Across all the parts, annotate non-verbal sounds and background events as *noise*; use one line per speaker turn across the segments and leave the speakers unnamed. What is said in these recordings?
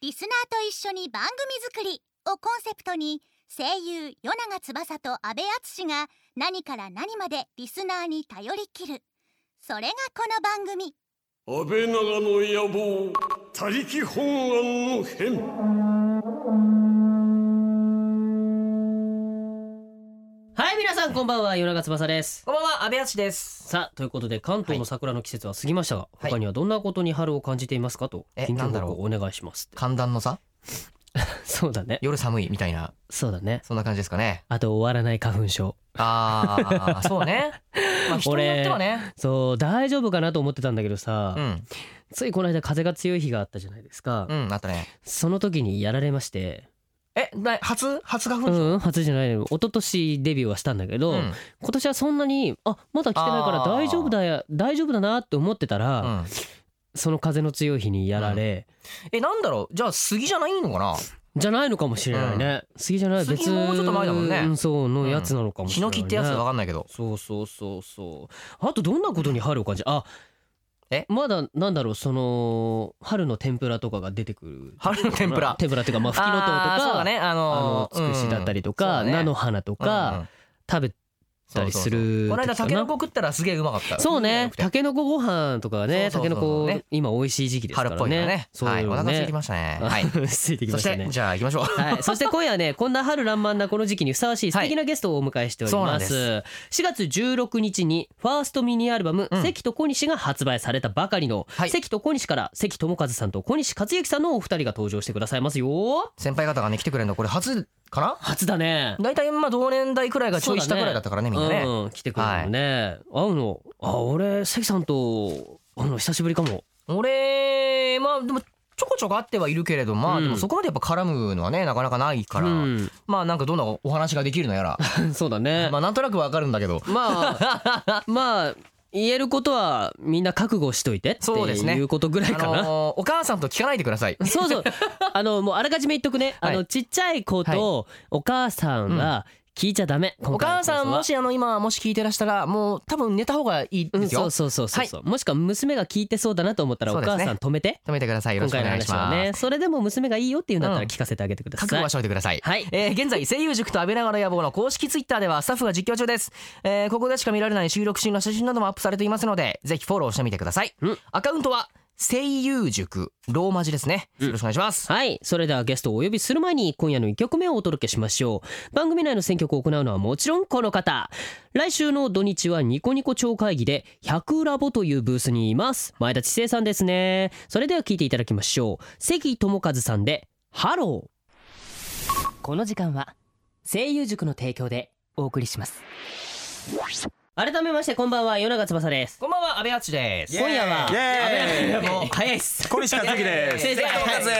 リスナーと一緒に番組作り」をコンセプトに声優与永翼と阿部淳が何から何までリスナーに頼りきるそれがこの番組
安倍長の野望他力本願の変
はい、皆さんこんばんは、夜中翼です。
こんばんは、安倍敦です。
さあ、ということで関東の桜の季節は過ぎましたが、
はい
他にはどんなことに春を感じていますかと、
え
近況
なんだ
報
ろ
告
う
お願いします。
*laughs* 寒暖の差
そうだね。
夜寒いみたいな、
そうだね。
そんな感じです
*laughs*
かね。
あと終わらない花粉症。
ああ、そ
*laughs*
うね。まあ、人によってはね。
そう、大丈夫かなと思ってたんだけどさ、
うん、
ついこの間風が強い日があったじゃないですか。
うん、あったね。
その時にやられまして、
え、な、初、初花
う
粉症。
ん、初じゃないの。一昨年デビューはしたんだけど、
うん、
今年はそんなに、あ、まだ来てないから
あー
大丈夫だよ、大丈夫だなって思ってたら、
うん
その風の強い日にやられ、
え、なんだろう、じゃあ、杉じゃないのかな。
じゃないのかもしれないね。好きじゃない
杉
別
もうちょっと前だもんね
うそうのやつなのかもし
ヒ
れな
ノ
い、ね。
キってやつ、わかんないけど。
そうそうそうそう。あとどんなことに春を感じ、あ、
え
まだなんだろうその春の天ぷらとかが出てくる。
春の天ぷら
天ぷらっていうかまあ
あ
フキノトウと
ーそう
か、
だね、あ
あ
のー、
のつくしだったりとか、
うん
菜の花と
うんう
か
ん
食べたりする時かな。
この間、タケノコ食ったら、すげえうまかった。
そうね、
よ
タ
くて
ケノコご飯とかね、タ
そう
ケ
そうそう
ノコ
ね
今美味しい時期ですか
春
らね。
っぽいからね。
そう
はい、お腹空いてき
ま
ましたね。
*laughs*
はい。
ついてき
そ
ま
し
した
て、
ね。
じゃあ、行きましょう。
はい、そして今夜は
*laughs*
ねこんな春爛漫なこの時期にふさわしい素敵なゲストをお迎えしておりま
はい
す,、
そう
4月16日にファーストミニアルバム「
うん
関と小西」が発売されたばかりの、
はい
関と小西から関智一さんと小西克幸さんのお二人が登場してくださいますよ
先輩方がね、来てくれるの、これ、初かな。
初だね
大体まあ同年代くらいがちょい下くらいだったからねみんなね、
うん、来てくれるのね、会うのあ俺関さんと会うの久しぶりかも
俺まあでもちょこちょこあってはいるけれどまあ、
うん
でもそこまでやっぱ絡むのはねなかなかないから、
うん、 *laughs*
まあなんかどんなお話ができるのやら
そうだね
まあなんとなくわかるんだけど
まあ *laughs* まあ言えることはみんな覚悟しといてって
そうですね
いうことぐらい
あ
かな、
のーお母さんと聞かないでください
そう
*laughs*
そう。あのもうあらかじめ言っとくね。あの、
は
ちっちゃい子とお母さんは聞いちゃダメ。
お
今回の
母
放送は
さんも。しあの今もし聞いてらしたらもう多分寝た方がいい
うん、
ですよ、
そうそうそうそうそう。もしくは娘が聞いてそうだなと思ったらお
そうですね
母さん止めて。
止めてくださいよろ
今
し
回
くお
の
願いし
話は
ます、
ね。それでも娘がいいよっていうんだったら
うん
聞かせてあげてください。
覚悟はしといてください
はい。
えー現在声優塾と安倍長の野望の公式ツイッターではスタッフが実況中です、えーここでしか見られない収録中の写真などもアップされていますのでぜひフォローしてみてください、
うん
アカウントは声優塾ローマ字ですねよろしくお願いします、
はい。それではゲストをお呼びする前に今夜の1曲目をお届けしましょう。番組内の選曲を行うのはもちろんこの方。来週の土日はニコニコ超会議で100ラボというブースにいます。前田知世さんですね。それでは聴いていただきましょう。関智一さんで、ハロー。この時間は声優塾の提供でお送りします。改めましてこんばんは、夜長翼です。
こんばんは安倍敦です
今夜は、
イエーイ
あべもう早いっす。
小西克樹で
*laughs*
す。
先生
関東和也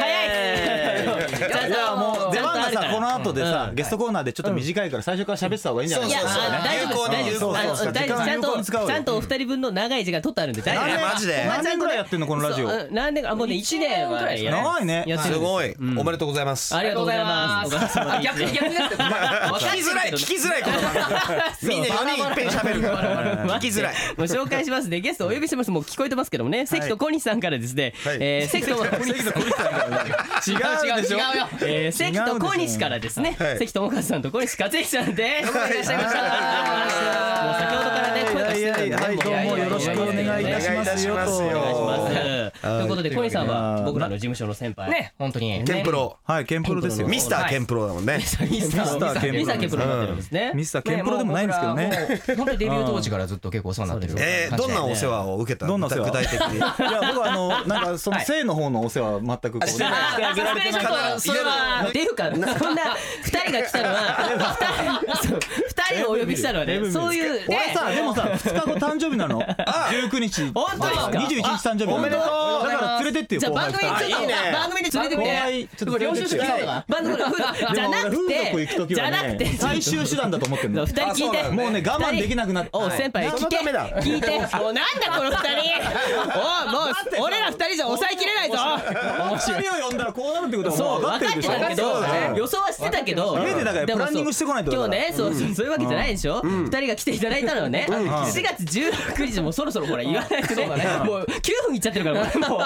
早いっす
早い
いやもう出番がさこの後でさ
うん
ゲストコーナーでちょっと短いから最初から喋ってた方がいいんじゃない
いや、あ
かな
の
そうそう
大丈夫で
有
す、大丈
効にそ
夫
う
ですあ
そう
の、大丈夫です、ちゃん
時間有効に使
と、
おうよ
ちゃんとお二人分の長い時間取ってあるんで、大丈夫ですお前
何年マジで
ちゃんと
何年ぐらいやってんのこのラジオ
そううん何年か、あもうね、一年はねやら
長いね
やって
す
るんです
ご
い、おめでとうございます
ありがとうございます。
あ逆に逆にだって聞
聞きづらい聞きづらいこの番組みんな4人いっぺん喋るから聞きづらい
ご紹介しますね。ゲストお呼びしてます。もう聞こえてますけどもね。関と小西さんからですね。
はい
えー関と小西
関東小西さんからね違うでしょ
違うよ。えー関と小西からですね。
はい
関智一さんと小西克幸さんです。いらっしゃいました。もう先ほどからね、声がしてたんでね
はい
も
どうもよろしくお願いいたしますよと
お願いいたしますよ
お願いします。ということで小西さんは
はい
僕らの事務所の先輩。
ね本当に
ケンプロ
はいケンプロですよ
ミスターケンプロだもんね
ミスタ
ミスターケンプロ
ミスターケンプロになってるんですね。
ミスターケンプロでもないんですけど
ね
ね
本当にデビュー当時からずっと結構お世話になってる感じで
えー、どんなお世話を受けた
どんなお世話
具体的に
いや僕あのなんかその性の方のお世話は全くこうしてあげられてない
あそれはっていうかそんな二人が来たのは二人そう二人をお呼びしたのはねそういうね
俺さでもさ2日後誕生日なの19日
本当ですか
21日誕生日なの
おめでとう
だから連れてってよ
じゃあ
後輩
番
二
組
人
にちょっと
いいね
番組に連れてきて
後輩ちょっと連れてってよ
番組じゃなく
でも
て
俺風俗行く時
じゃ
は
なくて
ね最終手段だと思ってる
二
の
人聞い
あ
て
そうなんだ
もうね我慢できなくなって
おう先輩聞け
そのためだ
*laughs*
聞いておうなんだこの二人おうもう俺ら二人じゃ抑えきれないぞ
面白い人を呼んだらこうなるってことは
そう
もう分か
分
って
か
る
っ
で
てたけ
しょ
ど
そうだね
予想はしてたけど
家でだから
もそう
プランニングしてこないとだか
今
ら
日ねそうそうそういうわけじゃないでしょ二人が来ていただいたのはね4月16日もうそろそろほら言わないとねもう9分いっちゃってるからこれもうこ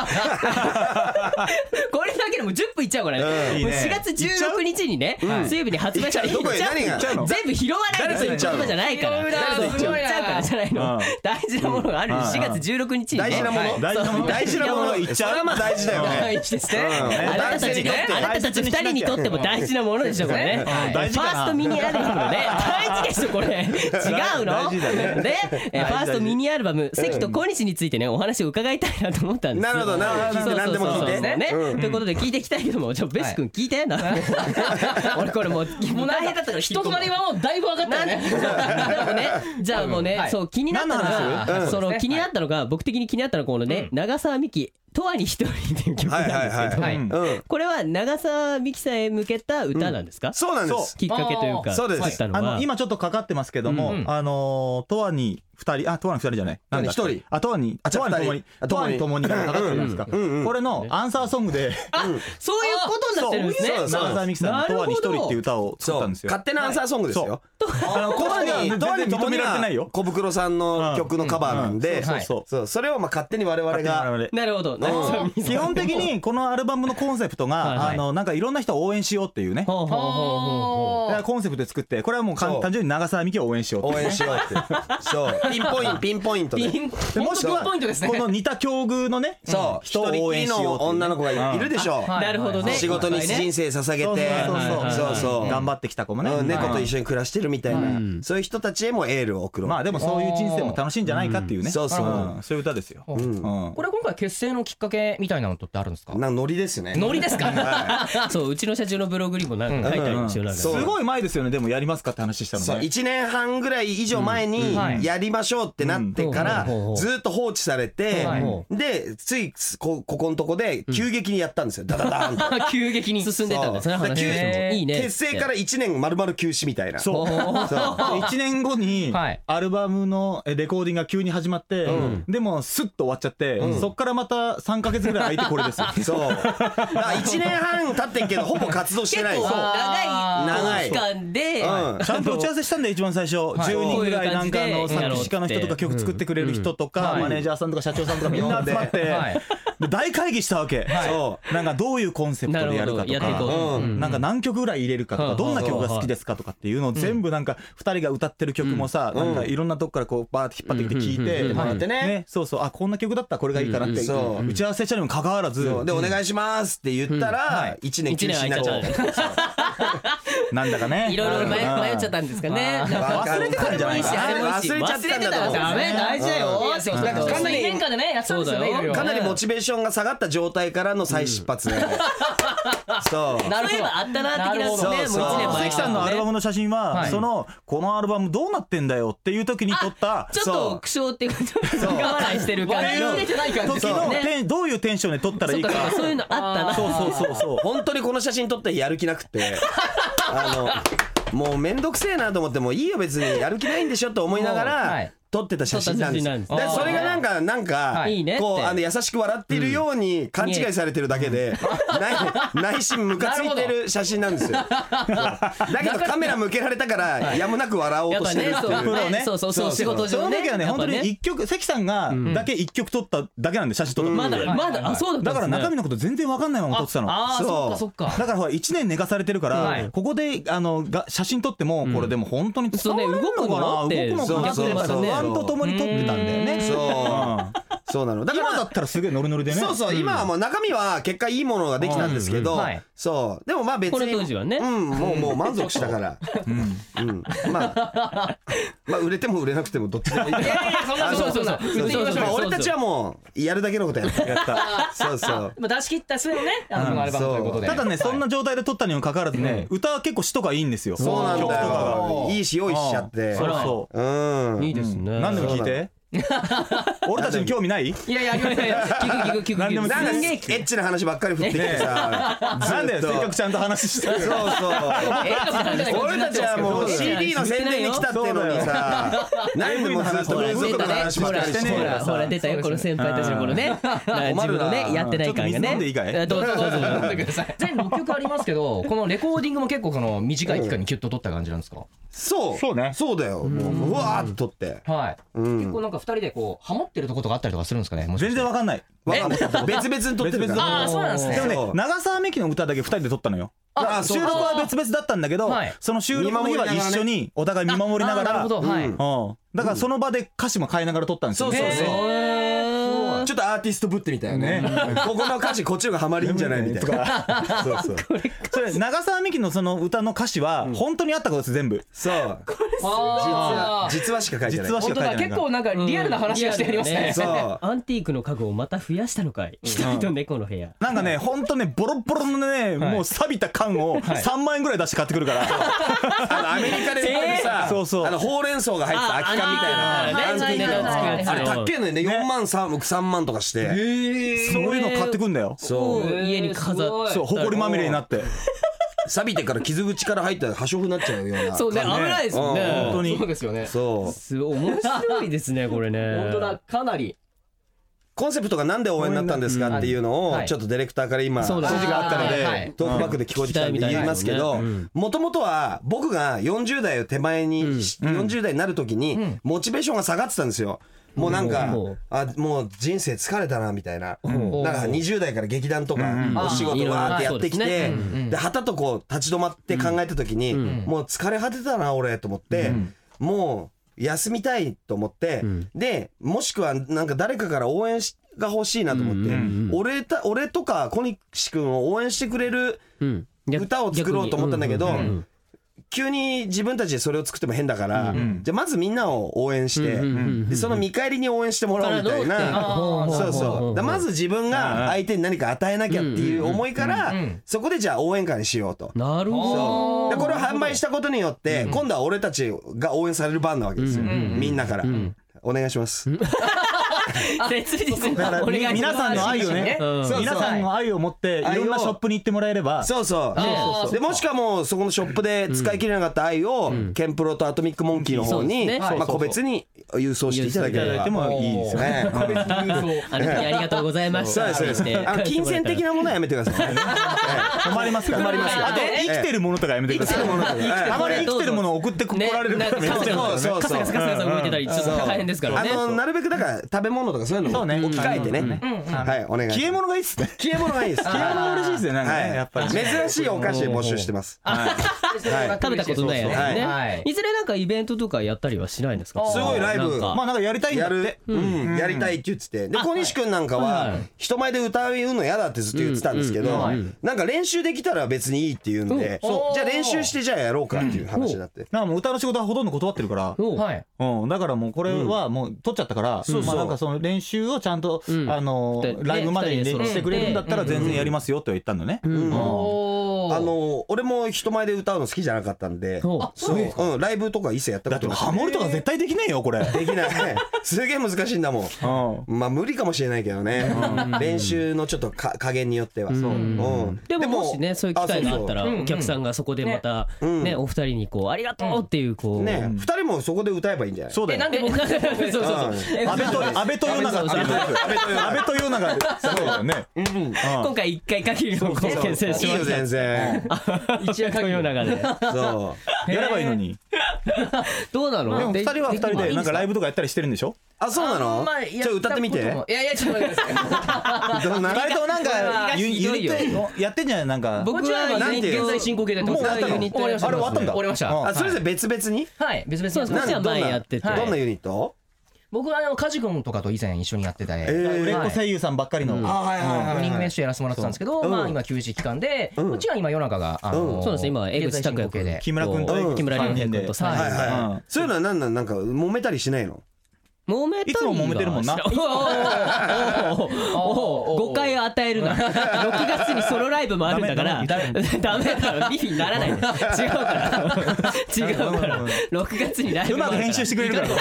れだも10分いっちゃうからね
うんいい
もう
ね
4月16日にね
ん
水曜日に発売したら
いっちゃうどこ
い
へ
っちゃう
何がいっちゃうの
全部拾わないとい
誰といっち
う
ゃう
こ
の
とじゃないから
拾うな
誰といっちゃう
すごいな
からじゃないの
うん
大事なものがあるんで
うん
4月16日にね
大事なもの
大事なもの
大事なもの言っちゃう大事だよね
大事ですね
うん
あなたたちね
男性にとって
あなたたち二人にとっても大事なものでしょこれね
うん
ファー
大事かな
ストミニアルバムの
*laughs*
ね大事でしょこれ違うの
大事だね
ねえー
大事
ファーストミニアルバム関と小西についてねお話を伺いたいなと思ったんです
*laughs* なるほどなるほど聞いて何でも聞いて
ね
うん
ということで聞いていきたいけどもじゃあベス君聞いてな *laughs* 俺これもうもう大変だったから
人となりはもうだいぶ分かったよね
なんでね *laughs* じゃあもうね
はい
そう気になったの
何
が
うん
そ
そう
の
です
気
ね
になったのが僕的に気になったのがこのね長澤美希「とわに一人」っていう曲なんですけど
は
*laughs* は
いはい
い
うん
*laughs* これは長澤美希さんへ向けた歌なんですか、
そうなんです
きっかけというか
そうです
作ったの
あ
は
の今ちょっとかかってますけども、
うんうん
あのとわに二人あとわに二人じゃないなんだ
一人
あとわに
あ
とわに
二
とも
人
にとわにともにがかかってるじゃないですか、
うんうんうんうん
これのアンサーソングで
そういうことになってるんですね
そうそう
長澤美樹さんの「とわに一人」っていう歌を作っ
そ
たん
う
ですよ
勝手なアンサーソングですよ
あの
と
こ
わ
に
にとわに
全然認められてないよ
小袋さんの曲のカバーなん
う
で
んそうそう
そうそれをまあ勝手に我々
勝手に我
が
々
なるほど、
うん
基本的
*laughs*
にこのアルバムのコンセプト
はい
が
はい
あのなんかいろんな人を応援しようっていうね
ほうほうほうほうほ
だからコンセプトで作ってこれはもうかん
そう
単純に長澤美樹を応援しようっ
応
ていう
援しようって *laughs* そうピンポイントピンポイントで
ピン
でもしくは
ポイントですね
この似た境遇のね
そう
人
一人
を
き
応
り
援しよ
の
うっていうね
女の子がいるでしょ
うなるほどね
仕事に人生捧げ
そう
て
そう
そ
そうう
そ
そうう頑張ってきた子もね
うん猫と
はい
一緒に暮らしてるみたいなそういう人たちへもエールを送ろう
まあでもそういう人生も楽しいんじゃないかっていう
うん
ね
そうそうん
そういう歌ですよ
うん
うん
これ今回結成のきっかけみたいなのとってあるんですか
なノリですね
ノリですか
うそううちの社長のブログにもなんか書いてありますよ、なんか
そ
す
う
*laughs*
ごい前ですよねでもやりますかって話した
そう
のね
1年半ぐらい以上前に
はい
やりましょうってなってから
うん
ずっと放置されて
はい
でついこここのとこで急激にやったんですよダダダーンと
急激に
進んでたんですね
そう
話
へ
も
ー
いいね
結成から1年丸々休止みたいな
そう1年後に
はい
アルバムのえレコーディングが急に始まってでもスッと終わっちゃってそっからまた3ヶ月ぐらい空いてこれですよ
そうだから1年半経ってんけどほぼ活動してない
結構長い
長い
期間で、
うん
ちゃんと打ち合わせしたんで一番最初10人ぐらいなんかあ
こういう感
の
じで
作詞家の人とか曲作ってくれる人とか
うん
マネージャーさんとか社長さんとかみんな集まって
はい
で大会議したわけ
そ
なんかどういうコンセプトでやるかと
なるほどやっていこう
か
ううん
なんか何曲ぐらい入れるかと
は
か
い
どんな曲が好きですかとかっていうのを全部なんか2人が歌ってる曲もさなんかいろんなとこからこうバーって引っ張ってきて聞いて
うんうんうんうん
ねそうそうあこんな曲だったらこれがいいかなって
うんそ
打ち合わせしたにもかかわらず
そうでお願いしますって言ったら1年休止になっちゃった
なんだかね
いろいろ迷迷っちゃったんですかねなんか
忘れてたんじゃないか
あれもいい
忘
し
れちゃったんだと思う
ダメ大事だよ
いやそうなんか1年間でねやったんですよね
そうだよ
いろいろ
かなりモチベーションが下がった状態からの再出
*laughs*
発で、そう
なる
そういえ
ほど
ばあったな的な
なるほど
ねもう一年前
関さんのアルバムの写真は
はい
そのこのアルバムどうなってんだよっていう時に撮った
ちょっと苦笑っていうかちょっと苦笑いしてる感じの
笑い出てない感じ
時
ですよ
の
ね
テンどういうテンションで撮ったらいいか
そうかそういうのあったな
そうそうそうそう
本当にこの写真撮ってやる気なくてあのもうめんどくせえなと思ってもういいよ別にやる気ないんでしょと思いながら、
はい
撮ってた写真なんです
撮った写真なんです
だからそれがなんかなんか
はい
いいねって
こうあの優しく笑ってるように勘違いされてるだけで、内内心ムカついてる写真なんですよそうだけどカメラ向けられたからやむなく笑おう
やっ
と
ぱ
してる
ね
って
そ
いうう
ロね
そうそうそう仕事
そ
上
の
ね
時はね
やっ
本
ぱ
当に一曲関さんがだけ一曲撮っただけなんで写真撮ったの
まだまだあそうだ
だ
った
から
んですね
中身のこと全然わかんないまま撮ってたの
ああそっかそっか
だからほら1年寝かされてるから、
はい
ここであのが写真撮ってもこれでも本当に伝わるの
そうね動く
か
の
な、
って
動くのかなって
そう
やっぱ
そう
不安とともに撮ってたんだよね
そう
うん
そうなのだから
今だったらすげえノリノリでね
そうそう、今はもう中身は結果いいものができたんですけど、
うんはい
そう、でもまあ別に。
この当時はね
うん、もうもう満足したから。うん、まあ、まあ売れても売れなくてもどっちでもいい。
いやいやそんな
あ
そうそうそ
そう
う言っていきましょう
まあ俺たちはもうやるだけのことやった。
やった
そうそう。
まあ出し切った末のねあのこのアルバムということで
ただねそんな状態で撮ったにもかかわらずね、歌は結構詞とかいいんですよ
そうなん
曲と
だ
かが
よ。いいし用意しちゃって。。
そうそう
ん。
いいですね
う何でも聞いて俺たちに興味ない
いやいやありません
聞く聞く聞く
何でも
聞
聞
なん
く
か
す
エ
んげえ聞く
ッチな話ばっかり振ってきて
*laughs*
さ。
なんだよ
ずっ
せ
と
っかくちゃんと話してる *laughs*
そうそう。 *laughs* 俺たちは
*laughs*
もう CD の宣伝に来たってのにさ、なんでもずっと冷蔵庫の話ばっかりして
ほ
ほ
ら
らほら出たよこの先輩たちのこのね自分のねやってない感が
ちょっと水飲
ね
んでいいかい
あどうぞどうぞどうぞ
全6曲ありますけどこのレコーディングも結構その短い期間にキュッと撮った感じなんですか
そう
そうね
そうだよもううわーっと撮って
はい
うん
結構なんか人でこうハモってるとことかあったりとかするんですかねもしかし
全
て
然わかんない
わかんない別々に撮ってるか
別々
ら
ああそうなんですね
でもね
そう
長澤美樹の歌だけ2人で撮ったのよ
あ
収録は別々だったんだけど
はい
その収録の日は一緒にお互い見守りなが
あな
ら
るほどはい、
うん
うんだからその場で歌詞も変えながら撮ったんですよ
そうそうそう
へー
ちょっとアーティストぶってみたよね
ね
ここの歌詞こっちの方がハマりんじゃないみたいなそうそう
それ長澤美樹のその歌の歌詞は本当にあったことです全部
そう実
あ
は
ー
実はしか書いてない
実はし
本
か
当
書いて
だ
ない
結構なんかリアルな話がしてありますね,、
そう
アンティークの家具をまた増やしたのかい人と猫の部屋
なんかね、ほんとね、ボロボロのね、もう錆びた缶を3万円ぐらい出して買ってくるから、
あのアメリカで売ってるさ、
えーそうそう
あのほうれん草が入った空き缶みたい
あ
な
あ
なんていうの
はいはいはい
あれ高えのよね4万3 3万とかして
そういうの買ってくんだよ。
そ
を
う
家に飾っ
そう、ほこりまみれになって。
錆びてから傷口から入ったら破傷風になっちゃうような
そうね危ないですもんね
うん
本当に
そうですよね
そう
すごい面白いですねこれね
本当だかなり
コンセプトがなんで応援になったんですかっていうのを
はい
ちょっとディレクターから今
そうだ
指示があったの
はいはい
でトークバックで聞こえてきたんで言いますけ
う
ど
ん
もともとは僕が40代を手前にし40代になる時にモチベーションが下がってたんですよ。もうなんか
うん
あもう人生疲れたなみたいな
うん
なんか20代から劇団とか
うん
お仕事わーってやってき
あーいろい
て
ろね
うん
で旗とこう立ち止まって考えた時に
ん
もう疲れ果てたな俺と思ってもう休みたいと思って
ん
でもしくはなんか誰かから応援しが欲しいなと思って。
うんうんうん
俺た俺とか小西君を応援してくれる
うん
歌を作ろうと思ったんだけど
逆にうん
急に自分たちでそれを作っても変だから、
ん
じゃあまずみんなを応援して、
うんうんうんうん
でその見返りに応援してもらおうみたいな。
あー
そうそうだからまず自分が相手に何か与えなきゃっていう思いから、
うんうんうん
そこでじゃあ応援歌にしようと。
なるほど
そうでこれを販売したことによって、今度は俺たちが応援される番なわけですよ、
うんうん
みんなから、お願いします、
切実
だから、み *laughs* 皆さんの愛をね
うん
そう、
皆さんの愛を持って、いろんなショップに行ってもらえれば、
そうそう
あー
でもしくはもうそこのショップで使い切れなかった愛を、ケンプロとアトミックモンキーの方に、
そうですね
ま
そう
あ、個別に郵送していただ
い
け
た
れ
だい
ば
てもいいですよね。
ね
あの時ありがとうございまし
そう
た
ですそうですあの金銭的なものはやめてください
困りますから。
困りますから
あと、
ね
生きてるものとかやめてください。あまり生きてるものを送ってこ
ね
られる
なん
か
から
めっちゃ
そうそう
カ
そ
サ
う
カサカサカサ動いてたりちょっと
そう
大変ですからね
あのなるべくだから食べ物とかそういうの
そう
を
ね
置き換えてね
うん
はいお願い
消え物がいいっすね。
消え物がいいです
消え物嬉しいですよね、なんかねやっぱ
は
り。
い珍しいお菓子募集してますはい
食べたことないやつ
はい
ね、
はいい、
ずれなんかイベントとかやったりはしないんですか
すごいライブ
なんか
まあなんかやりたいんだ
や
っ
る
て。、
うん、やりたいって言っててで小西君なんかは人前で歌うの嫌だってずっと言ってたんですけど
うんうんはい
なんか練習できたら別にいいって言うんで
うんそう
じゃあ練習してじゃあやろうかっていう話になって
なんかもう歌の仕事はほとんど断ってるから。
おう
はい
うん、だからもうこれはもう取っちゃったから、まあなんかその練習をちゃんと、
ん
あの
で
ライブまでに
二人
練
で揃え
習
て
してくれるんだったら全然やりますよとは言ったんだね。うん
おー
あの俺も人前で歌うの好きじゃなかったんで
おう
そう、うん、ライブとか一切やった
だ
こ
って
となく
ハモリとか絶対できねえよこれ。
できない *laughs* すげえ難しいんだもん
うん
まあ無理かもしれないけどね練習のちょっとか加減によってはうん
でももしねそういう機会があったら
そうそう
お客さんがそこでまた
うん
ねお二人にこうありがとうっていうこう
ね二人もそこで歌えばいいんじゃない
そうだ
えな
よ
ん。で僕がそうそうそうえ
安倍と安倍と世永安
安倍と
倍と安倍と世永そうだよね。うん
今回一回限りのご厳選し
い
ま
いよ
した
全然
一夜限りの中で
そう
やればいいのに。
どうなの
でも二人は二人
きま
で
す
なんかライブとかやったりしてるんでしょ？
あそうなの
まあ
ちょっと歌ってみて
やたこともいやいやちょっと待ってください
どんな
二人ともなんかゆ
ひ
ゆ
ど
る
いよ
くやってんじゃないなんか。
僕は
なんていう
現在進行形だった
もう終わったの
終わ
終わ
りま
りま
し
したた
あれ終わったんだ。
終わりました
うん
あそれぞれ別々に
はい別
そう
々
です
に
こっちは
どんな
前やってて
はい
どんなユニット
僕はあのカジ君とかと以前一緒にやってた
えー
売れっ
は
子
い
声優さんばっかりの。
あはいはい
ウイ
はい
ニング
は
練
い
習やらせてもらってたんですけど、
うん
まあ今休止期間で、
う
うんちは今夜中が、あの
う
ー
そ
ん
うなんです今江口拓也君
現在進行形で
木村君と
こう木村
三
良
人
平
で
君と
は
さ
い
はいは
う
い
ん
そういうのは何なんなんか揉めたりしないの
揉めたりはい
つも揉めてるもんな
しい *laughs* おおおおお誤解を与えるな6月にソロライブもあるんだから
ダメダ
ダメだろビフィになら
*laughs*
ない違うから違うから
うん
6月にライブ
うまく編集してくれる *laughs* から。うん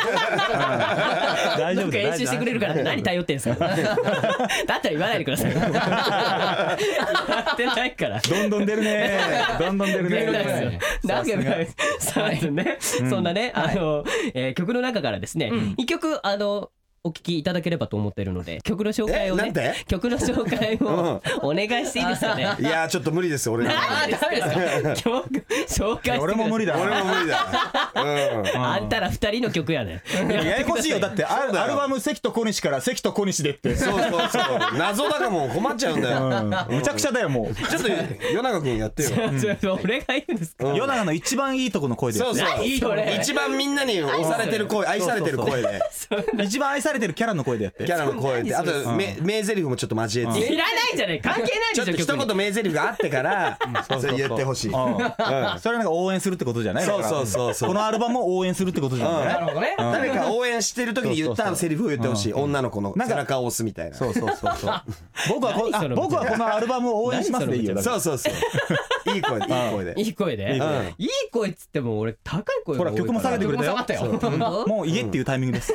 大丈
ど
夫
っか
だよ
編集してくれるからって何頼ってんすかだ
*laughs*
ったら言わないでくださいやってないから
どんどん出る *laughs* ね。どんどん出る
グレーダ
ね。
イス *laughs* なんかね *laughs* そうですね、そんなね、あの、えー曲の中からですね、一曲あのお聞きいただければと思っているので曲の紹介
え
を
な
ね
んて
曲の紹介をお願いしていいですかね
いやーちょっと無理です俺
あーダメですか曲紹介してください
俺も無理だ
俺も無理だうん
あんたら二人の曲やねん
ややこしいよだってあ
そうだよ
アルバム関と小西から関と小西でって
そうそうそう謎だからもう困っちゃうんだよ
むちゃくちゃだよもう
ちょっと夜中君やってよ
俺が言うんですか
世永の一番いいとこの声で
そうそう
何それ
一番みんなに押されてる声愛されてる声で
一番愛されてるキャラの声でやって
キャラの声であとめ名台詞もちょっと交えて
いらないじゃない関係ない
ちょっと
でしょ
一言名台詞があってからそれ言ってほしい
うんそれはなんか応援するってことじゃない
そうそう
だから
そうそう
このアルバムを応援するってことじゃ
なる
ない
ほどね。
誰か応援してる時に言っ
そ
た
うそうそう
セリフを言ってほしい女の子の背中を押すみたいなそ
そううそうそうそう *laughs* 僕はこ
何そ
あ
れ
僕はこのアルバムを応援しますでいいよだから
そうそういい声でいい声で
いい声で
いい声
いい声っつっても俺高い声
ほら
が多い
曲も
か
下げてくれたよ
曲も下がったよ
らうん
もう家っていうタイミングです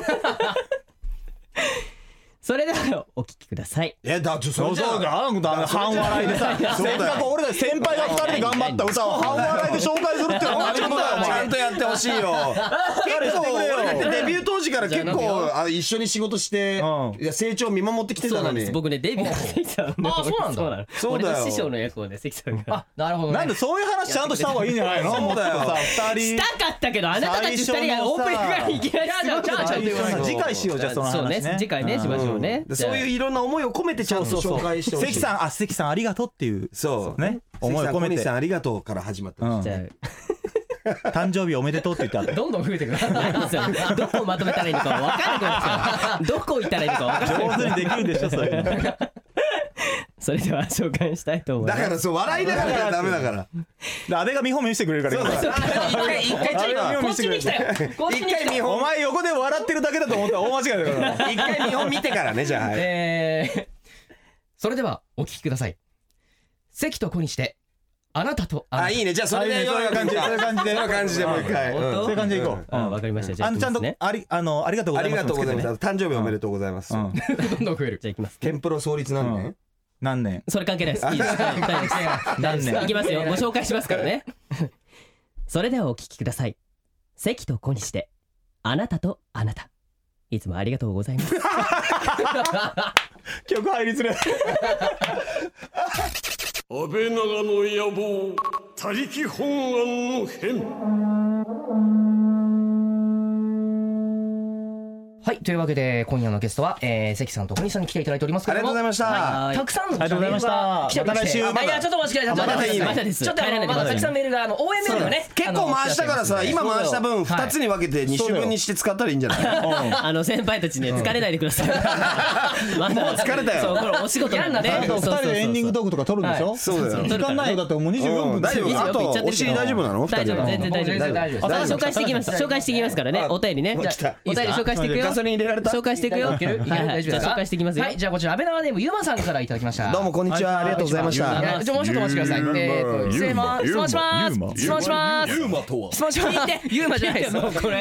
それではお聞きください
えだちょ
そうそうだだ半笑いでさせっかく俺ら先輩が二人で頑張った歌を半笑いで紹介するっていうのは
ち
ち
ょ
ょ
っ
っとだ
とち
よお
ゃ
前
んとやってほしいよ結構俺だってデビュー当時から結構あ一緒に仕事して
うん
いや成長見守ってきて
そ
た
う
の
なんです
に
僕ねデビュー関さんの
あそうなんだ
そうなの
そう
俺
だよ
の師匠の役をね関さんが
あ、なるほどね。
なんでそういう話ちゃんとした方がいいんじゃないの
そうだよ
もっとさ二
し
人
たかったけどあなたたち二人がオープニングからいきなりすごく
最初のさ
ない
やじゃあじゃあ
ゃあ
次回しようじゃあその
そう
話
ね
ね
次回ねしましょうね
でそういういろんな思いを込めてちゃんと紹介してほしい
関さんあ関さんありがとうっていう
そう
ね思いを込め
関さん小西
て
さんありがとうから始まった
うん
じゃあ
誕生日おめでとうって言ってあった
どんどん増えてくる。
何さんどこをまとめたらいいのか分からなくなっちゃうどこ行ったらいいのか分からない
上手にできるでしょそういうの
それでは紹介したいと思い
だ
ます
からそう笑いながらじゃダメだから
で安倍が見本見せてくれるから
そう
今
だ
一回、一回、ちょっとこっちに来たよ。こっち
一
に来
回
た
見
よ。
お
本
前横で笑ってるだけだと思ったら大間違いだから
一回見本見てからねじゃあはい
えーそれでは、お聞きください。関と小西で、あなたとあな
あ
た。
いいねじゃあそれで
そういう感じ
よ
そういう感じで
そういう感じでもう一回
うん
ん
そういう感じでいこう
あ分かりましたじゃあ
あのちゃんと
ね
ありあのありがとうご
あ
ざい
り
ます
がとうございますす誕生日おめでとうございます
どんどん増える。
じゃあいきます
ケンプロ創立なんでね
何年
それ関係ないです。いいです。大丈夫です
何
い
年
きますよ。ご紹介しますからね。 *laughs* それではお聞きください。関と小西で、あなたとあなた。いつもありがとうございます。
曲入りする
安倍長の野望他力本願の変
はい、というわけで、今夜のゲストは、えー関さんと小西さんに来ていただいておりますけ
あ
れ
りがと
ど
うご
も
ざい。ました
たくさんの
ありがとうございました
来ておりまして
また来週
あいやちょっとお待ちください。
まだいいの
ちょっと
まだです
ちょっとあ
帰らな
の
いで
ま
くださいね
だたくさんメールがあの応援メールがね。
結構回したからさ今回した分二つに分けて二週分にして使ったらいいんじゃない
あの先輩たちね、疲れないでください。まだ
もう疲れたよ
そう、これお仕事なんでね。
あと二人でエンディングトークとか撮るんでしょ
そうだよ
時間ないよだってもう24
うん
分
大丈
いいです
夫
よ
あとお尻大丈夫なの
大丈夫、
二
全然
人
大丈夫。
大丈夫
あ紹介していきます。
大丈夫
紹介していきますからね。お便りね。
来
じゃ
た
あお便り紹介していくよ。
ガソリン入れられた
紹介していくよ。
いけるいける
はいは
大
い
丈
じ
夫
ゃあ
ですか
紹介していきますよ
はい、。じゃあこちら、安倍長ネーム、ゆまさんからいただきました。
*laughs* どうもこんにちはありがとうございまし
い
た
やちょもうちょっとお待ちください。えーと、失礼します。質問します。質問します。
ユーマとは
質問します。ユーマじゃないです。
*laughs* これ、これ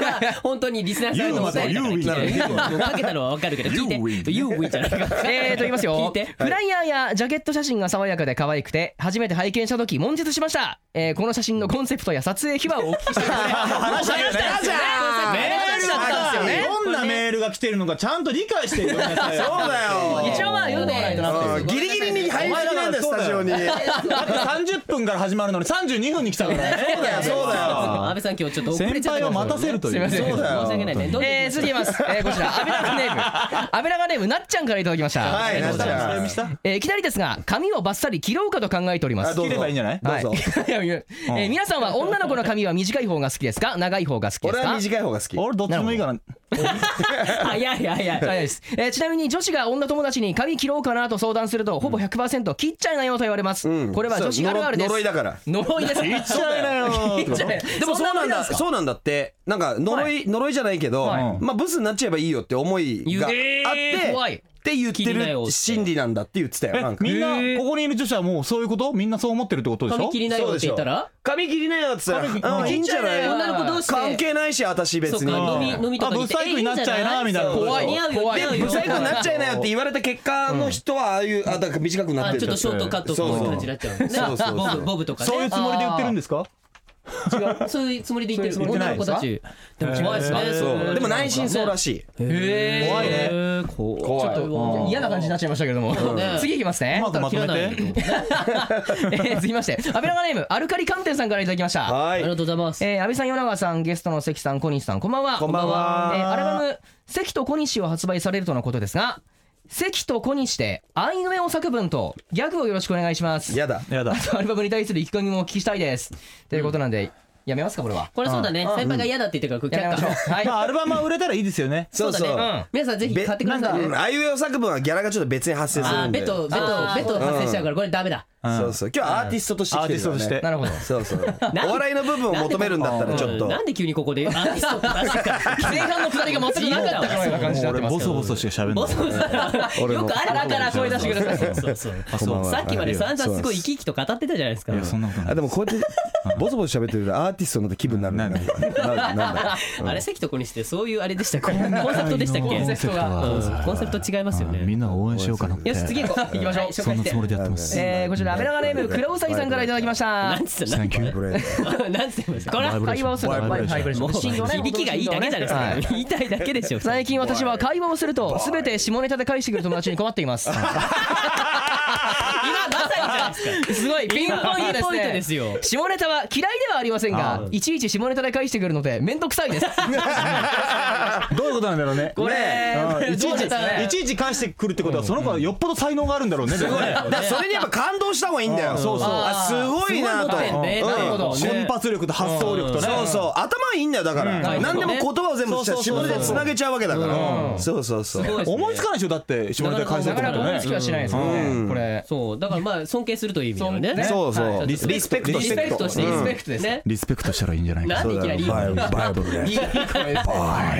は本当にリスナーさんのお便りだから聞いてもう *laughs* かけたのはわかるけど、聞いて、ユーウィンじゃないか。
えーと言いますよ
聞いて
フライヤーやジャケット写真が爽やかで可愛くて初めて拝見した時悶絶しました、えーこの写真のコンセプトや撮影秘話をお聞きしたい
話したよね
話した
メー
話
ル
だったんですよね
どんなメールが来てるのかちゃんと理解してよ皆さん
そうだよ
一応まあ読んでもらえとな
うんギリギリに入りすぎなんだよスタジオに
あと30分から始まるのに32分に来たからね
そうだよそうだよ
安倍さん今日ちょっと遅れ
先
ちゃった
輩を待たせるという
申し
そうだよ
訳ないね。どうぞ
*laughs* えー、続きます、えー、こちら安倍長ネーム安倍長ネームなっちゃんからいただきました、
はいなっちゃん
あれ見した
えーいきなりですが髪をバッサリ切ろうかと考えておりま
あ
す
どうぞ
切ればいいんじゃない
どうぞ
いやいやえー皆さんは女の子の髪は短い方が好きですか長い方が好きです
俺
か
は短い方が好き
俺どっちもいいかな
早い早い。
はいですえーちなみに女子が女友達に髪切ろうかなと相談するとほぼ100%切っちゃいなよと言われます、
うん
これは女子あるあるです
そう呪い呪いだから
呪いです切っちゃいなよ
でもそうなんだそうなんだってなんか呪い呪いじゃないけど
はい
まあブスになっちゃえばいいよって思いがあっ
えー怖い
てって言って
気になよっ
る
て
心理なんだって言ってたよなんか
みんなここにいる女子はもうそういうことみんなそう思ってるってことでし
髪
ょ
切りなよって言ったら
髪切りなよって言ったら
髪
うん
切
いいんじゃない
女の子同士で
関係ないし私
そ
別
う
に
か飲み飲みとか行って
あブサイクになっちゃえなみたいな
怖い
怖い
似合うよ
怖い
似合う
で
よ
ブサイクになっちゃいなよって言われた結果の人はああいうあだから短くなっ
あ
て
ち
る
ょっとショートカットっぽい感じになっちゃうもんね
そうそうそう
ボブボブとかね
そういうつもりで言ってるんですか
違うそういうつもりで言ってる
そういう
女の子た
言
ちでも怖いですね
へー
そう
でも内心そうらしい
へー
怖いね
こう
怖い
ちょっと
嫌な感じになっちゃいましたけれども
んね
次いきますね
うまく
切ら
まとめ
ない
て
と
*laughs* えー続きましてアベラガネームアルカリ寒天さんからいただきました
あ
は
りが
い
とうございます
えー、安倍さん、米川さん、ゲストの関さん、小西さん、こんばんは。
こんばんは
えーアルバム、関と小西を発売されるとのことですが、関と小西で、あいうえお作文とギャグをよろしくお願いします。
やだ
やだ
アルバムに対する意気込みもお聞きしたいです。ということなんで、やめますか、これは。
これそうだね先輩が嫌だって言ってるか
やめ
ら
ま
却
しょ
下
う。はい。
まあアルバ *laughs* ムは売れたらいいですよね
そうそう
そうだ
うん
皆 *laughs* さんぜひ買ってくださいね
うんあいうえお作文はギャラがちょっと別に発生す
あ
る
ー
んで
ベッドベッド
あー
ベッド発生しちゃうからこれダメだ
うん
そうそう今日はアーティストとして
ア
来
ー
て
ティ
る
ストとして
から
なるほど。
そうそうお笑いの部分を求めるんだったらちょっと
なんで急にここでアーティストって出してきた *laughs* の
前半のくだりが全くなかった *laughs* かのような感じになって
俺
ます
ボ
けど
ソボソしか喋んない
俺
よ
も
くあるだから声出してくださいそうそう
こんばんは
さっきまで散々すごい生き生きと語ってたじゃないですか
いやそんなことない
あでもこうやってボソボソ喋ってるとアーティストの気分になるんだ
なん
なんだなんだ
あれ関とこにしてそういうあれでしたっけコンセプトでしたっけ
コンセプトは
うんコンセプト違いますよ
み
ね
んなが応援しようかなって
よし次行こう行きましょう紹
そん
介し
な
て
つもりでやってます
えー、こちら、安倍長ネーム、クラウサイさんからいただきました
なん。つってん
サンキュ
こ
ー
れ
の *laughs* なんつってんのこれは
会話をする
ワイブレーション
ワイブレーション
もう
振動ね
響きがいいだけじゃないです
は
か言いたいだけでしょ
最近私は会話をすると全て下ネタで返してくる友達に困っています
今まさにじゃないですか
すごいピンポイント
ピ
です
ンポイン
ね
トですよ
下ネタは嫌いではありませんがいちいち下ネタで返してくるので面倒くさいです
*laughs* どういうことなんだろうね
これ
うんいちい
どう
ち
ですかね
いちいち返してくるってことはその子はよっぽど才能があるんだろうねすごい
だからそれでやっぱ感動した方がいいんだよ
そうそう
あすごいなと
すごい持ってんね
うん
なるほど
瞬発力と発想力とね
そうそう頭いいんだよだから
ん
何でも言葉を全部
そうそうそう
下ネタでつなげちゃうわけだからそうそうそう
思いつかないでしょだって下ネタ返せ
だ
る
か
と
ら
思
友
うね
達はしないですねこれ
そうだからまあ尊敬するという意味では
そう
ね
ね
そうそ
は
う
い
リスペクト
リスペクトして
う
リ
ん
スペクトですね
リスペクトしたらいいんじゃない
なんでいきなり
バイバ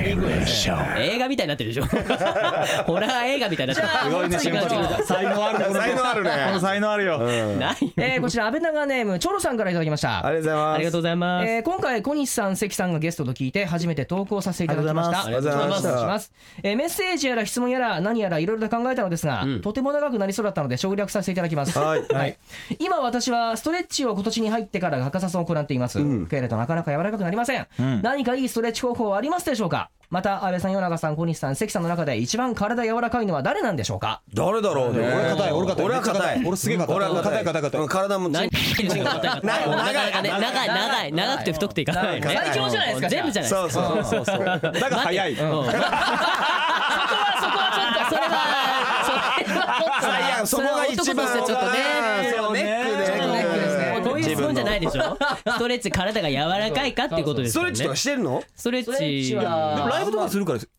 イブルね
映画みたいになってるでし *laughs* ょホラー映画みたいになってる
すごいね瞬発力才能あるねこの
才能あるね
この才能あるよ
ない
えーこちら安倍長ネームチョロさんからいただきました
ありがとうございます
ありがとうございます
えー今回小西さん関さんがゲストと聞いて初めて投稿させていただきました
ありがとうございます
お願しますえーメッセージやら質問やら何やらいろいろと考えたのですが、とても長くなりそうだったので省略させていただきます
はい
はい今私はストレッチを今年に入ってから欠かさず行っています、けれどなかなか柔らかくなりません、何かいいストレッチ方法はありますでしょうかまた安倍さん与永さん小西さん関さんの中で一番体柔らかいのは誰なんでしょうか
誰だろうね
俺硬い俺硬い
俺は硬い
俺すげえ硬い
俺は
硬い硬い硬い
うん体も
何長い長い長い長い長くて太くていかないね
最強じゃないですか
全部じゃないですか
そうそうそうそう
だから早い
そこはそこはちょっとそれはそれは
最悪そこが一
男
番
としてちょっとね
そうネックで
ちょっとネックです
こういう質問じゃないでしょストレッチ体が柔らかいかっていうことで
ス
すよ
ト
ね
レッチとかしてるの
ストレッチ
ストレッチは
でもライブとかするからです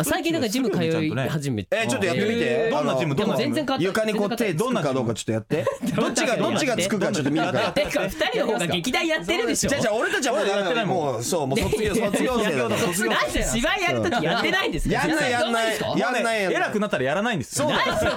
あ最近なんかジム通い始めて
えちょっとやってみ
えー
て
どんなジム
で
どん
も
なジ
全然変
ム
わった
床にこう手つくかどうかちょっとやってどっちがどっちがつくかちょっと見るから
てか二人の方が劇団やってるでしょ
じゃあじゃあ俺たちはもうやってない
も
もうそうもう卒業卒業生だから
なんで芝居やるとき *laughs* やってないんですか
やんないやんないやんないやんな
偉
い
くなったらやらないんですよ
そう
そう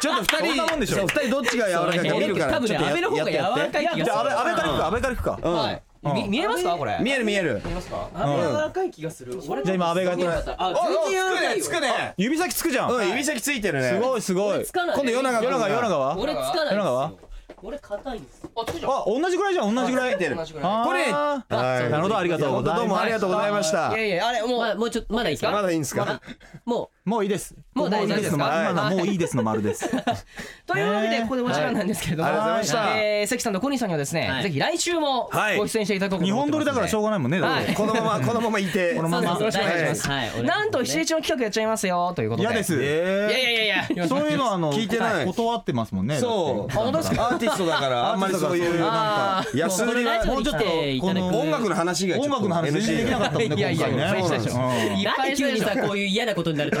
ちょっと
そんなもん
二
でし
人
ょ
そう二人どっちが柔らかいか見るから
多分
ち
ね
ょっ
阿
とや
部の方が柔
やってや
ら
って
かい気
じゃあ
が
安倍安倍からいくか安倍からいくか
はいみ見えますかこれ
見える見える
柔らかい気がする
じゃあ今安倍がやって
あ全然柔らかいよ
つくね
指先つくじゃん
うん指先ついてるね
すごいすごい
つかない
今度夜長
夜長夜長は
俺つかない
夜長は
俺硬いんです
あ同じぐらいじゃん同じぐらい
ついてる
同じぐらい
あー
これはい
なるほどありがとうございます
どうもありがとうございました
いやいやあれもう
もうちょっとまだいいですか
まだいいんですか
も
もういいです
もう大丈夫ですか
もういいの丸
はい
今のはもういいですの丸です
というわけでここでお時間なんですけれども、
はいありがとうございました
えー関さんと小西さんにはですね、
はい
ぜひ来週も
はい
ご出演していただこう
日
と思っ
本
てます
撮りだからしょうがないもんねだって
このままこのままいて
この
う
まま
そうそう
よろしくお願いします
はいお願いします
なんと七一の企画やっちゃいますよということで
嫌です
いや
え
いやいやいや
そういうのはあの
聞いてない
断ってますもんね
ー
だって
そうアーティストだからあんまりそういう
あ
なんか安売りは
もうちょっとこの
音楽の話が
音楽の話全然できなかったもんね
いやいや
今回ね
そうなんですよ
うんい
なんで急にさこういう嫌なことになると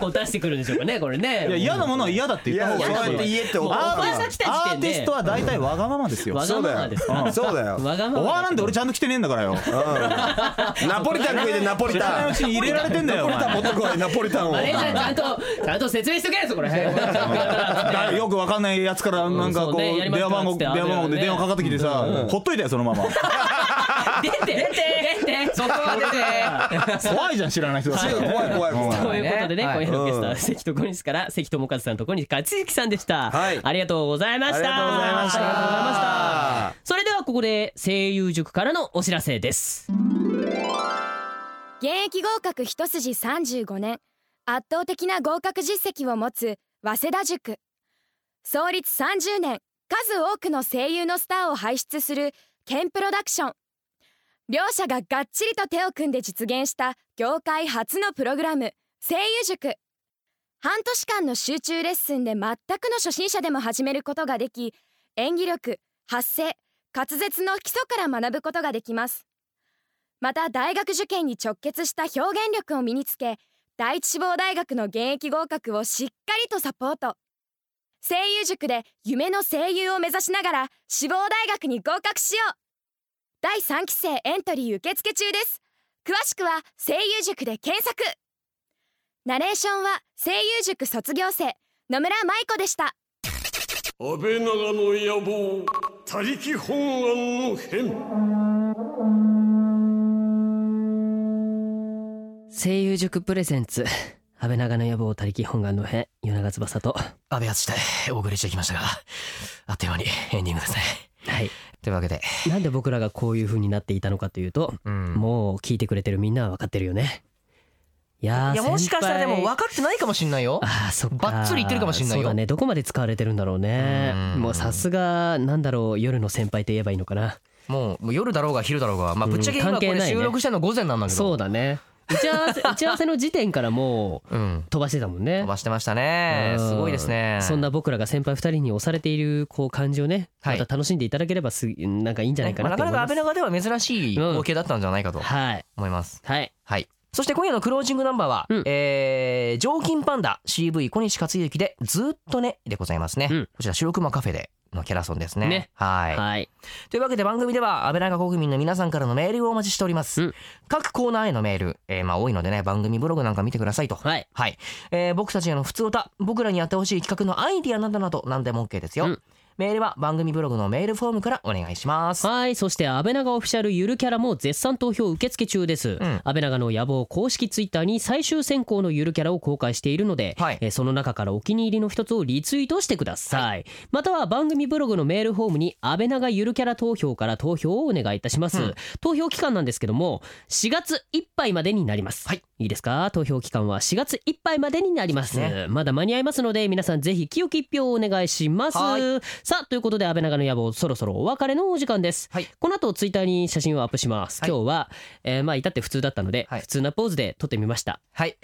こう出してくるんでしょうかねこれね
や嫌なものは嫌だって
い
言った
や
方
そう
が
やって言えって男
お前
ア
さ
ー
来
テ
た時点で
ィストは大体わがままですよ
わ
お
が
そう
ま
だ
まですか
よそうだよ
わがまま
わなんで俺ちゃんと来てねえんだからよ
うんナポリタン食いでナポリ
知らな
タ
い
ン
うちに入れられてんだよお前
持ってこいナポリタンを
マネージャーちゃんとちゃんと説明しとけよそこら辺
*laughs* だよくわかんないやつからなんか
そう
こう
ねやりま
電
す
話
からっつっ
番号
て
電話番号で電話かかってきてさほっといたよそのまま
*laughs* 出て出て出てそこは出て
怖いじゃん知らない人だ
怖
と
い怖い怖い。
ということでね、
はい
今夜のゲストは
うん
関智一さんと小西智和さんと小西克之さんでした、
はい
ありがとうございま
あ
し
り
た
がとうございました。
ありがとうございましたそれではここで声優塾からのお知らせです
現役合格一筋35年圧倒的な合格実績を持つ早稲田塾創立30年数多くの声優のスターを輩出するケンプロダクション両者ががっちりと手を組んで実現した業界初のプログラム声優塾半年間の集中レッスンで全くの初心者でも始めることができ演技力発声滑舌の基礎から学ぶことができますまた大学受験に直結した表現力を身につけ第一志望大学の現役合格をしっかりとサポート声優塾で夢の声優を目指しながら志望大学に合格しよう第3期生エントリー受付中です詳しくは声優塾で検索ナレーションは声優塾卒業生野村舞子でした
安倍長の野望他力本願の変
声優塾プレゼンツ安倍長の野望たりき本願の編夜長翼とは
安倍淳でお送りしてきましたが、あっという間にエンディングですね。
い
というわけで、
なんで僕らがこういう風になっていたのかというと
うん
もう聞いてくれてるみんなは分かってるよねいやー
いや、もしかしたらで
先
も
輩
分かってないかもしんないよ。
ああそっか
ばっつり言ってるかもしんないよ
そうだねどこまで使われてるんだろうね
うん
もうさすがなんだろう夜の先輩と言えばいいのかな
もうもう夜だろうが昼だろうが、まあ、ぶっちゃけ
うん
今
関
こ
係
れ
ないね
収録してるの午前なんだけど。
そうだね打ち合わせ打ち合わせの時点からもう
うん。
飛ばしてたもんね
飛ばしてましたね。
うん
すごいですね。
そんな僕らが先輩二人に押されているこう感じをね、
はい
また楽しんでいただければすなんかいいんじゃないか
ま
な
あな
と
か
思
ないか
ま
安
す。
倍長では珍しい
うん
光景だったんじゃないかと
はい
思います。
はい
はい。そして今夜のクロージングナンバーは、
うん
えー、上金パンダ CV 小西克幸でずっとねでございますね。
うん
こちら白熊カフェでのキャラソンですね。
ね
はい。
はい
というわけで番組では安倍長国民の皆さんからのメールをお待ちしております、
うん
各コーナーへのメール、えーまあ多いのでね番組ブログなんか見てくださいと
はい
えー僕たちへの普通歌僕らにやってほしい企画のアイディアなどなど何でも OK ですよ、
うん
メールは番組ブログのメールフォームからお願いします
はいそして安倍長オフィシャルゆるキャラも絶賛投票受付中です、
ん
安倍長の野望公式ツイッターに最終選考のゆるキャラを公開しているので、
はい
えーその中からお気に入りの一つをリツイートしてください、または番組ブログのメールフォームに安倍長ゆるキャラ投票から投票をお願いいたします、
うん
投票期間なんですけども4月いっぱいまでになります、
はい、
いですか投票期間は4月いっぱいまでになります
そうです
まだ間に合いますので皆さんぜひ清き一票をお願いします
は
さあということで安倍長の野望そろそろお別れのお時間です、
はい
この後ツイッターに写真をアップします、
はい
今日は、えーまあ至って普通だったので、
はい
普通なポーズで撮ってみま
*laughs*
した
はい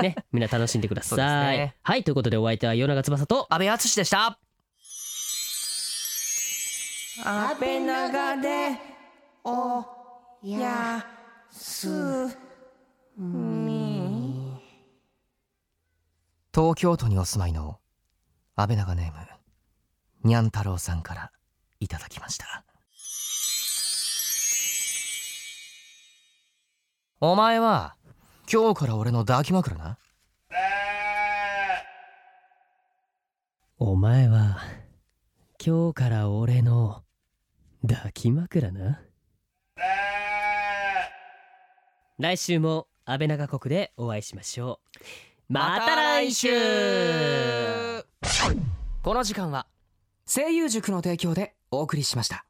ねみんな楽しんでくだ
そうです
さい、
ね
はいということでお相手は夜長翼と
安倍敦でした
安倍長でおや
東京都にお住まいの安倍長ネームにゃん太郎さんからいただきましたお前は今日から俺の抱き枕な
お前は今日から俺の抱き枕な来週も安倍長国でお会いしましょうまた来週
この時間は声優塾の提供でお送りしました